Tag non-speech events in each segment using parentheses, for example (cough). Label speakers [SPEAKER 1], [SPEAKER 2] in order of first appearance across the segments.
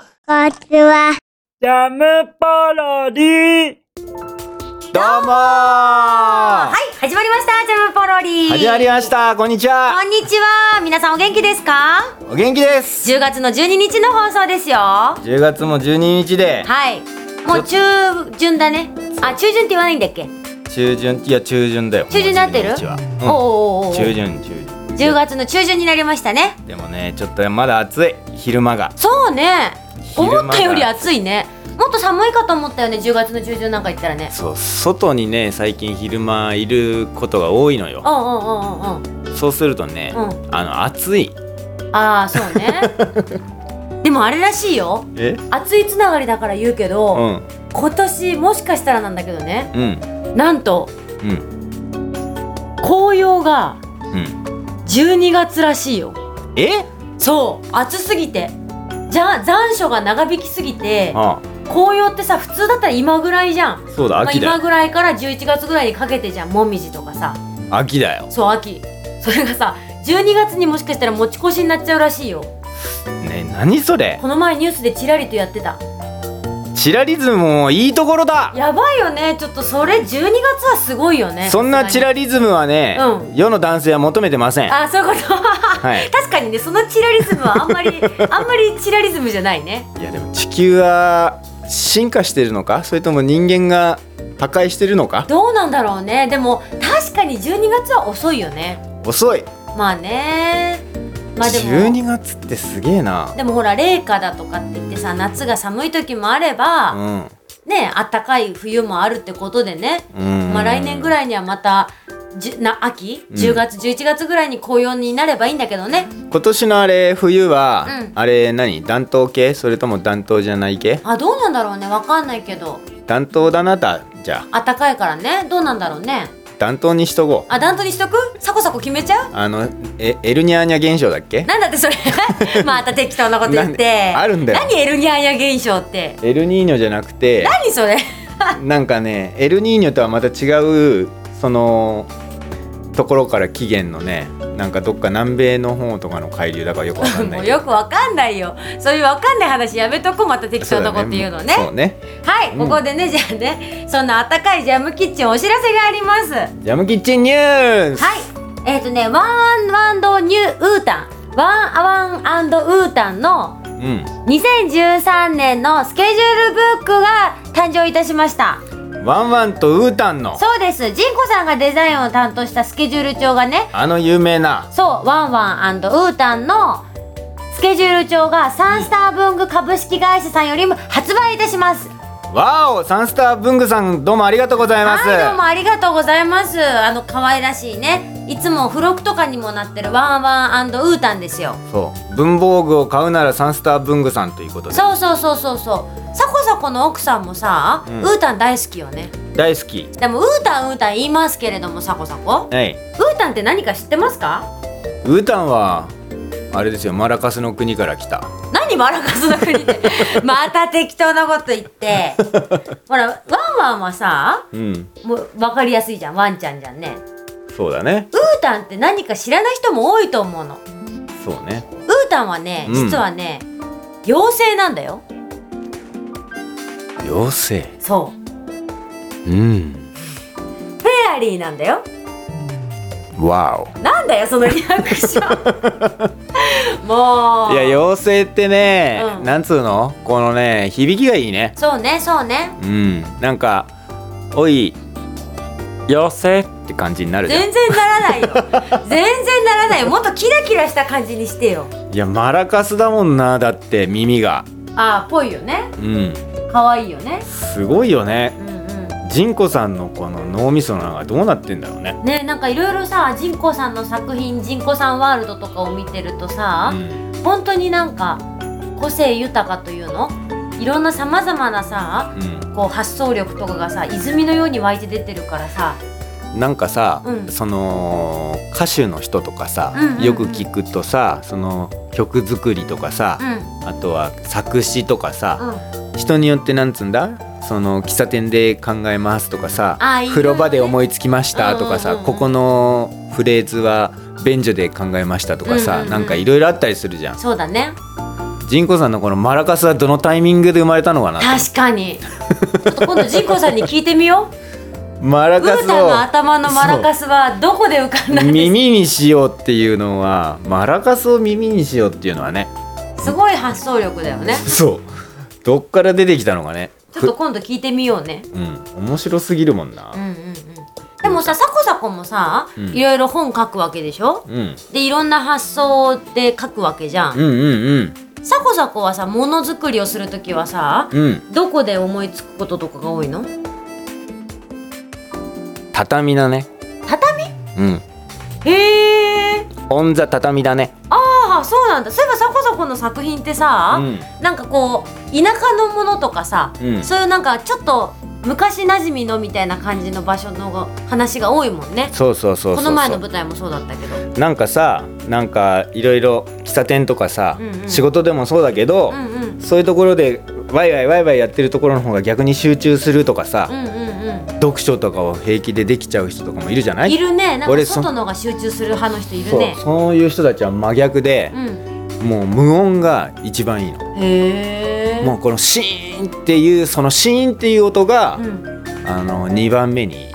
[SPEAKER 1] ちは。
[SPEAKER 2] ジャムパロディ
[SPEAKER 3] どうもは
[SPEAKER 4] はい、始まりました、ジャムポロリ
[SPEAKER 3] 始まりましたこんにち
[SPEAKER 4] こ
[SPEAKER 3] は
[SPEAKER 4] んにちは、皆さんお元気ですか
[SPEAKER 3] お元気です
[SPEAKER 4] 10月の12日の放送ですよは
[SPEAKER 3] 10月も12日で
[SPEAKER 4] い、もう中旬だねあ、中旬って言わないんだっけ
[SPEAKER 3] 中旬いや中旬だよ
[SPEAKER 4] 中旬になってる
[SPEAKER 3] もう12日は
[SPEAKER 4] おーお
[SPEAKER 3] う
[SPEAKER 4] ー
[SPEAKER 3] ん
[SPEAKER 4] お
[SPEAKER 3] 中
[SPEAKER 4] ー
[SPEAKER 3] 旬中旬
[SPEAKER 4] 10月の中旬になりましたね
[SPEAKER 3] でもねちょっとまだ暑い昼間が
[SPEAKER 4] そうね
[SPEAKER 3] 昼間が
[SPEAKER 4] 思ったより暑いねもっと寒いかと思ったよね10月の中旬なんか行ったらね
[SPEAKER 3] そう外にね最近昼間いることが多いの
[SPEAKER 4] う
[SPEAKER 3] よ
[SPEAKER 4] んうんうんうんうん
[SPEAKER 3] そうするとね、
[SPEAKER 4] う
[SPEAKER 3] あの暑い
[SPEAKER 4] ああそうね
[SPEAKER 3] (laughs)
[SPEAKER 4] でもあれらしいよ
[SPEAKER 3] え
[SPEAKER 4] 暑いつながりだから言うけ
[SPEAKER 3] う
[SPEAKER 4] ど、
[SPEAKER 3] ん
[SPEAKER 4] 今年もしかしたらなんだけどね
[SPEAKER 3] うん
[SPEAKER 4] なんと
[SPEAKER 3] うん
[SPEAKER 4] 紅葉が
[SPEAKER 3] うん
[SPEAKER 4] 12月らしいよ
[SPEAKER 3] え
[SPEAKER 4] そう暑すぎてじゃ残暑が長引きすぎて
[SPEAKER 3] あ
[SPEAKER 4] 紅葉ってさ普通だったら今ぐらいじゃん、
[SPEAKER 3] そうだ
[SPEAKER 4] まあ、
[SPEAKER 3] 秋だ
[SPEAKER 4] 今
[SPEAKER 3] よ
[SPEAKER 4] ぐらいから11月ぐらいにかけてじゃんもみじとかさ
[SPEAKER 3] 秋だよ
[SPEAKER 4] そう秋それがさ12月にもしかしたら持ち越しになっちゃうらしいよ
[SPEAKER 3] ね何それ
[SPEAKER 4] この前ニュースでチラリとやってた
[SPEAKER 3] チラリズムもいいところだ
[SPEAKER 4] やばいよねちょっとそれ12月はすごいよね
[SPEAKER 3] そんなチラリズムはね、
[SPEAKER 4] う
[SPEAKER 3] 世の男性は求めてません。
[SPEAKER 4] あそういうこと (laughs)
[SPEAKER 3] はい。
[SPEAKER 4] 確かにねそのチラリズムはあんまりあんまりチラリズムじゃないね
[SPEAKER 3] いやでも地球は進化してるのか、それとも人間が破壊してるのか。
[SPEAKER 4] どうなんだろうねでも確かに12月は遅いよね
[SPEAKER 3] 遅い。
[SPEAKER 4] まあねまあで
[SPEAKER 3] 十
[SPEAKER 4] も
[SPEAKER 3] 二月ってすげえな。
[SPEAKER 4] でもほら冷夏だとかって言ってさ夏が寒い時もあれば、
[SPEAKER 3] うん。
[SPEAKER 4] ねあったかい冬もあるってことでね、
[SPEAKER 3] うん。
[SPEAKER 4] まあ来年ぐらいにはまたじゅな秋、
[SPEAKER 3] ん
[SPEAKER 4] 10月11月ぐらいに紅葉になればいいんだけどね
[SPEAKER 3] 今年のあれ冬は、
[SPEAKER 4] うん
[SPEAKER 3] あれ何暖冬系それとも暖冬じゃない系
[SPEAKER 4] あどうなんだろうねわかんないけど
[SPEAKER 3] 暖冬だなだじゃあ
[SPEAKER 4] あったかいからねどうなんだろうね
[SPEAKER 3] 暖冬にしとこう
[SPEAKER 4] あ段取りしとくサコサコ決めちゃう
[SPEAKER 3] あのえエルニャーニャ現象だっけ
[SPEAKER 4] なんだってそれ (laughs) また適当なこと言っ
[SPEAKER 3] な
[SPEAKER 4] て
[SPEAKER 3] んであるんだよ
[SPEAKER 4] 何エルニャーニャ現象って
[SPEAKER 3] エルニーニョじゃなくて
[SPEAKER 4] 何それ
[SPEAKER 3] なんかねエルニーニョとはまた違うそのところから起源のねなんかどっか南米の方とかの海流だからよくわかん
[SPEAKER 4] (laughs)
[SPEAKER 3] な
[SPEAKER 4] も
[SPEAKER 3] いうけど
[SPEAKER 4] よくわかんないよそういうわかんない話やめとこうまた適当なこと言うのね
[SPEAKER 3] そうね
[SPEAKER 4] はい、
[SPEAKER 3] うん
[SPEAKER 4] ここでねじゃあねそんなあったかいジャムキッチンお知らせがありますは
[SPEAKER 3] ジャムキッチンニュース
[SPEAKER 4] いえっ、ー、とねワンワンドニューウータンワンアワンウータンの
[SPEAKER 3] う
[SPEAKER 4] 2013年のスケジュールブックが誕生いたしました
[SPEAKER 3] んワンワンとウータンの
[SPEAKER 4] そうですジンコさんがデザインを担当したスケジュール帳がね
[SPEAKER 3] あの有名な
[SPEAKER 4] そうワンワンウータンのスケジュール帳がサンスター文具株式会社さんよりも発売いたします
[SPEAKER 3] わおサンスター文具さんどうもありがとうございます
[SPEAKER 4] はいどうもありがとうございますあの可愛らしいねいつも付録とかにもなってるワンワンウータンですよ
[SPEAKER 3] そう文房具を買うならサンスター文具さんということで
[SPEAKER 4] そうそうそうそうそうサコサコの奥さんもさ、
[SPEAKER 3] ん
[SPEAKER 4] ウータン大好きよね
[SPEAKER 3] 大好き
[SPEAKER 4] でもウータンウータン言いますけれどもサコサコ
[SPEAKER 3] はい
[SPEAKER 4] ウータンって何か知ってますか
[SPEAKER 3] ウータンはあれですよマラカスの国から来た
[SPEAKER 4] 何マラカスの国
[SPEAKER 3] (laughs)
[SPEAKER 4] でまた適当なこと言ってほらワンワンはさ
[SPEAKER 3] うん
[SPEAKER 4] もう分かりやすいじゃんワンちゃんじゃんね
[SPEAKER 3] そうだね
[SPEAKER 4] ウータンって何か知らない人も多いと思うの
[SPEAKER 3] そうね
[SPEAKER 4] ウータンはね
[SPEAKER 3] うん
[SPEAKER 4] 実はね、妖精なんだよ
[SPEAKER 3] 妖精
[SPEAKER 4] そう
[SPEAKER 3] うん
[SPEAKER 4] フェアリーなんだよ
[SPEAKER 3] わ
[SPEAKER 4] なんだよそのリアクショ
[SPEAKER 3] (laughs)
[SPEAKER 4] ンも
[SPEAKER 3] お
[SPEAKER 4] う
[SPEAKER 3] いや妖精ってね、
[SPEAKER 4] うん
[SPEAKER 3] なんつうのこのね響きがいいね
[SPEAKER 4] そうねそうね
[SPEAKER 3] うんなんか「おい妖精」って感じになるじゃん
[SPEAKER 4] 全然ならないよ全然ならないよもっとキラキラした感じにしてよ
[SPEAKER 3] いやマラカスだもんなだって耳が
[SPEAKER 4] ああぽいよね
[SPEAKER 3] うん
[SPEAKER 4] 可愛いよね
[SPEAKER 3] すごいよね
[SPEAKER 4] うんうん
[SPEAKER 3] ジンコさんのこの脳みそなんかどうなってんだろうね
[SPEAKER 4] ねなんかいろいろさジンコさんの作品ジンコさんワールドとかを見てるとさ、
[SPEAKER 3] うん
[SPEAKER 4] 本当になんか個性豊かというのいろんなさまざまなさこう発想力とかがさ泉のように湧いて出てるからさ
[SPEAKER 3] うんなんかさ、
[SPEAKER 4] うん
[SPEAKER 3] その歌手の人とかさ、
[SPEAKER 4] うんうんうん
[SPEAKER 3] よく聞くとさその曲作りとかさ、
[SPEAKER 4] うん
[SPEAKER 3] あとは作詞とかさ、
[SPEAKER 4] うん
[SPEAKER 3] 人によってなんつうんだその喫茶店で考えますとかさ
[SPEAKER 4] あいいね
[SPEAKER 3] 風呂場で思いつきましたとかさ、
[SPEAKER 4] うんうんうん
[SPEAKER 3] ここのフレーズは便所で考えましたとかさ、
[SPEAKER 4] うんうんうん
[SPEAKER 3] なんかいろいろあったりするじゃん
[SPEAKER 4] そうだね
[SPEAKER 3] 仁子さんのこのマラカスはどのタイミングで生まれたのかな
[SPEAKER 4] 確か
[SPEAKER 3] (laughs)
[SPEAKER 4] にちょっと今度ジンコさんに聞いてみよう
[SPEAKER 3] マラ
[SPEAKER 4] ウ
[SPEAKER 3] カ
[SPEAKER 4] ー
[SPEAKER 3] ス
[SPEAKER 4] タの
[SPEAKER 3] を
[SPEAKER 4] 頭のマラカスはどこで浮かんだんです
[SPEAKER 3] 耳にしようっていうのはマラカスを耳にしようっていうのはね
[SPEAKER 4] かすごい発想力だよね
[SPEAKER 3] そうどっから出てきたのかね
[SPEAKER 4] ちょっと今度聞いてみようね
[SPEAKER 3] うん面白すぎるもん
[SPEAKER 4] うん
[SPEAKER 3] な
[SPEAKER 4] うんうんでもさサコサコもさ、
[SPEAKER 3] うん
[SPEAKER 4] いろいろ本書くわけでしょ
[SPEAKER 3] うん
[SPEAKER 4] でいろんな発想で書くわけじゃん、
[SPEAKER 3] うんうん
[SPEAKER 4] サコサコはさものづくりをするときはさ、
[SPEAKER 3] うんうん
[SPEAKER 4] どこで思いつくこととかが多いの
[SPEAKER 3] 畳だね
[SPEAKER 4] 畳
[SPEAKER 3] うん
[SPEAKER 4] へえ
[SPEAKER 3] オンザ畳だね
[SPEAKER 4] ああそうなんだそういえばサコサコの作品ってさ、
[SPEAKER 3] うん
[SPEAKER 4] なんかこう田舎のものとかさ、
[SPEAKER 3] うん
[SPEAKER 4] そういうなんかちょっと昔馴染みのみたいな感じの場所の話が多いもんね
[SPEAKER 3] そうそうそうそうそう
[SPEAKER 4] この前の舞台もそうだったけど
[SPEAKER 3] なんかさなんかいろいろ喫茶店とかさ、
[SPEAKER 4] うんうん
[SPEAKER 3] 仕事でもそうだけど、
[SPEAKER 4] うんうん
[SPEAKER 3] そういうところでワイワイワイワイやってるところの方が逆に集中するとかさ、
[SPEAKER 4] うんうん
[SPEAKER 3] 読書とかを平気でできちゃう人とかもいるじゃな
[SPEAKER 4] う
[SPEAKER 3] い
[SPEAKER 4] んいるねなんか
[SPEAKER 3] 俺そ
[SPEAKER 4] 外のが集中する派の人いる
[SPEAKER 3] そう
[SPEAKER 4] ね
[SPEAKER 3] そういう人たちは真逆で、
[SPEAKER 4] うん
[SPEAKER 3] もう無音が一番いいの、
[SPEAKER 4] へえ
[SPEAKER 3] もうこのシーンっていうそのシーンっていう音が、
[SPEAKER 4] ん、
[SPEAKER 3] あの2番目にいい
[SPEAKER 4] へ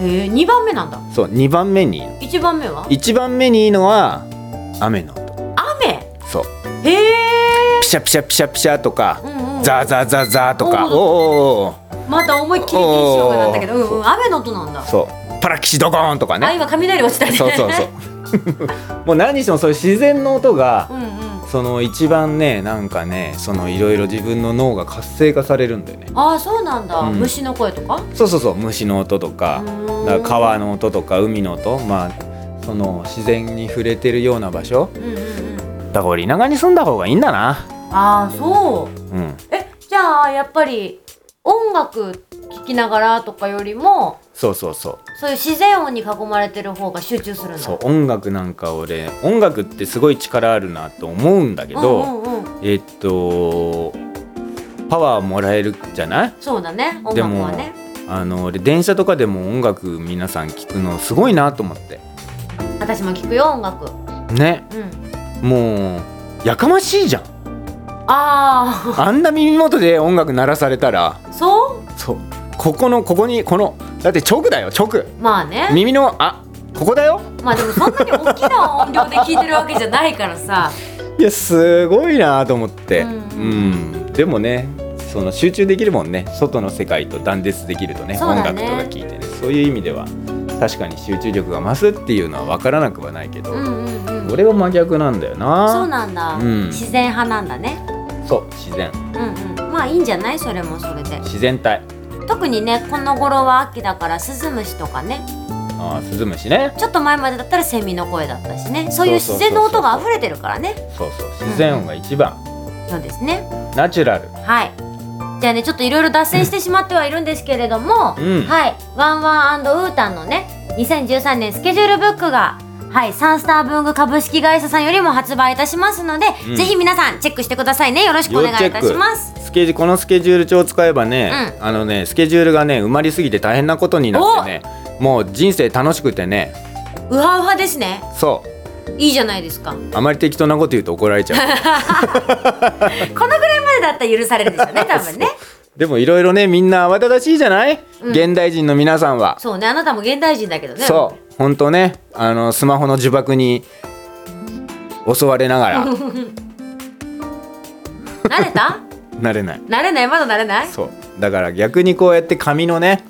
[SPEAKER 4] え2番目なんだ
[SPEAKER 3] そう2番目にいいの
[SPEAKER 4] 1番目は
[SPEAKER 3] 1番目にいいのは雨の音
[SPEAKER 4] 雨
[SPEAKER 3] そう
[SPEAKER 4] へえ
[SPEAKER 3] ピシャピシャピシャピシャとか、
[SPEAKER 4] うんうん
[SPEAKER 3] ザーザーザーザーとか
[SPEAKER 4] おー
[SPEAKER 3] おーおーおー
[SPEAKER 4] また思いっきり印象がなったけど、うんうん、雨の音なんだ、
[SPEAKER 3] そうパラキシドコーンとか
[SPEAKER 4] あ
[SPEAKER 3] ね
[SPEAKER 4] 今雷落ちたね
[SPEAKER 3] そうそうそう (laughs) もう何にしてもそういう自然の音
[SPEAKER 4] (laughs)
[SPEAKER 3] が、
[SPEAKER 4] うんうん
[SPEAKER 3] その一番ねなんかねそのいろいろ自分の脳が活性化されるんだよね
[SPEAKER 4] ああそうなんだ、
[SPEAKER 3] うん
[SPEAKER 4] 虫の声とか
[SPEAKER 3] そうそうそう虫の音とか
[SPEAKER 4] うーん
[SPEAKER 3] だから川の音とか海の音まあその自然に触れてるような場所
[SPEAKER 4] うんうんうん
[SPEAKER 3] だから俺田舎に住んだ方がいいんだな
[SPEAKER 4] ああそう
[SPEAKER 3] うん
[SPEAKER 4] えじゃあやっぱり音楽聴きながらとかよりも
[SPEAKER 3] そうそうそう
[SPEAKER 4] そういう自然音に囲まれてる方が集中するんだ
[SPEAKER 3] そう音楽なんか俺音楽ってすごい力あるなと思うんだけど、
[SPEAKER 4] うんうんうん、
[SPEAKER 3] えっとパワーもらえるじゃない
[SPEAKER 4] そうだね音
[SPEAKER 3] で
[SPEAKER 4] 楽
[SPEAKER 3] も
[SPEAKER 4] はね
[SPEAKER 3] あの俺電車とかでも音楽皆さん聞くのすごいなと思って
[SPEAKER 4] 私も聴くよ音楽う
[SPEAKER 3] ね
[SPEAKER 4] ん
[SPEAKER 3] もうやかましいじゃん
[SPEAKER 4] あ
[SPEAKER 3] あんな耳元で音楽鳴らされたら
[SPEAKER 4] あそ
[SPEAKER 3] そうここのここにこのだって直だよ直
[SPEAKER 4] うまあね
[SPEAKER 3] 耳のあここだよ
[SPEAKER 4] まあでもそんなに大きな音量で聴いてるわけじゃないからさ
[SPEAKER 3] いやすごいなと思って
[SPEAKER 4] うん
[SPEAKER 3] うんでもねその集中できるもんね外の世界と断絶できるとね
[SPEAKER 4] そう
[SPEAKER 3] 音
[SPEAKER 4] だ
[SPEAKER 3] 楽
[SPEAKER 4] ね
[SPEAKER 3] とか聴いてねそういう意味では確かに集中力が増すっていうのは分からなくはないけど、
[SPEAKER 4] うんうんうん
[SPEAKER 3] 俺は真逆なんだよな
[SPEAKER 4] そうなんだ、
[SPEAKER 3] うん
[SPEAKER 4] 自然派なんだね
[SPEAKER 3] そう自然
[SPEAKER 4] うんうんまあいいんじゃないそれもそれで
[SPEAKER 3] 自然体
[SPEAKER 4] 特にねこの頃は秋だからスズムシとかね
[SPEAKER 3] あースズムシね
[SPEAKER 4] ちょっと前までだったらセミの声だったしねそういう
[SPEAKER 3] そうそ
[SPEAKER 4] 自
[SPEAKER 3] うそうそう
[SPEAKER 4] 然の音が溢れてるからね
[SPEAKER 3] そうそう自然音が一番、
[SPEAKER 4] そうですね
[SPEAKER 3] ナチュラル
[SPEAKER 4] はいじゃあねちょっといろいろ脱線してしまってはいるんですけれども、
[SPEAKER 3] うん
[SPEAKER 4] はいワンワンウータンのね2013年スケジュールブックがはいサンスター文具株式会社さんよりも発売いたしますので、
[SPEAKER 3] うん
[SPEAKER 4] ぜひ皆さんチェックしてくださいねよろしくお願いいたします
[SPEAKER 3] スケジュこのスケジュール帳を使えばね、あのねスケジュールがね埋まりすぎて大変なことになってねもう人生楽しくてね
[SPEAKER 4] うはうはですね
[SPEAKER 3] そ
[SPEAKER 4] いいじゃない
[SPEAKER 3] (laughs)
[SPEAKER 4] ですか
[SPEAKER 3] うあまり適当なこと言うと怒られちゃう
[SPEAKER 4] このぐらいまでだったら許されるんです
[SPEAKER 3] (laughs)
[SPEAKER 4] よね多分ね
[SPEAKER 3] でもいろいろねみんな慌ただしいじゃない、現代人の皆さんは、
[SPEAKER 4] そうねあなたも現代人だけどね
[SPEAKER 3] そうほんとねあのスマホの呪縛に襲われ
[SPEAKER 4] (laughs)
[SPEAKER 3] ながら
[SPEAKER 4] 慣れた
[SPEAKER 3] なれない
[SPEAKER 4] 慣れないまだ慣れない
[SPEAKER 3] そうだから逆にこうやって紙のね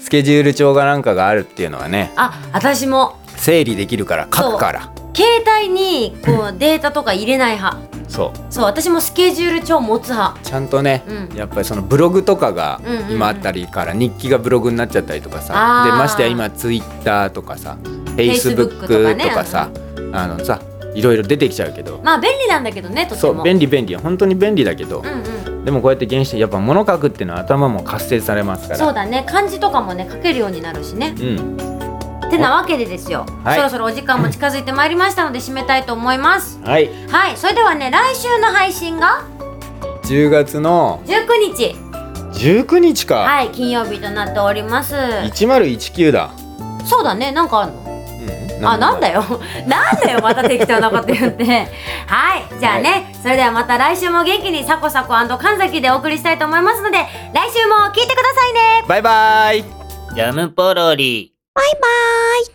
[SPEAKER 3] スケジュール帳がなんかがあるっていうのはね
[SPEAKER 4] あ私も
[SPEAKER 3] 整理できるから書くから
[SPEAKER 4] 携帯に
[SPEAKER 3] (laughs)
[SPEAKER 4] こうデータとか入れない派
[SPEAKER 3] そう
[SPEAKER 4] そう私もスケジュール帳持つ派
[SPEAKER 3] ちゃんとね、
[SPEAKER 4] うん
[SPEAKER 3] やっぱりそのブログとかが
[SPEAKER 4] うんうんうん
[SPEAKER 3] 今あったりから日記がブログになっちゃったりとか
[SPEAKER 4] あ
[SPEAKER 3] さ、
[SPEAKER 4] ー
[SPEAKER 3] でましてや今ツイッターとかさフェイスブ
[SPEAKER 4] Facebook
[SPEAKER 3] ッ
[SPEAKER 4] とか
[SPEAKER 3] ク
[SPEAKER 4] ね
[SPEAKER 3] とかさあのさいろいろ出てきちゃうけど、
[SPEAKER 4] まあ便利なんだけどねとて
[SPEAKER 3] そ
[SPEAKER 4] も
[SPEAKER 3] う便利便利本当に便利だけど
[SPEAKER 4] う、んうん
[SPEAKER 3] でもこうやって原始やっぱ物書くっていうのは頭も活性されますから
[SPEAKER 4] そうだね漢字とかもね書けるようになるしね
[SPEAKER 3] うん、
[SPEAKER 4] てなわけでですよ、
[SPEAKER 3] はい
[SPEAKER 4] そろそろお時間も近づいてまいりましたので締めたいと思います
[SPEAKER 3] はい
[SPEAKER 4] はいそれではね来週の配信が
[SPEAKER 3] 10月の
[SPEAKER 4] 19日
[SPEAKER 3] 19日か、
[SPEAKER 4] はい金曜日となっております
[SPEAKER 3] 1019だ、
[SPEAKER 4] そうだねなんかあるの
[SPEAKER 3] うん
[SPEAKER 4] あなんだよ (laughs) なんだよまた適当なこと言ってはいじゃあね、それではまた来週も元気にサコサコ神崎でお送りしたいと思いますので来週も聞いてくださいね
[SPEAKER 3] バイバイ
[SPEAKER 2] ジャムポロリ。
[SPEAKER 1] バイバイ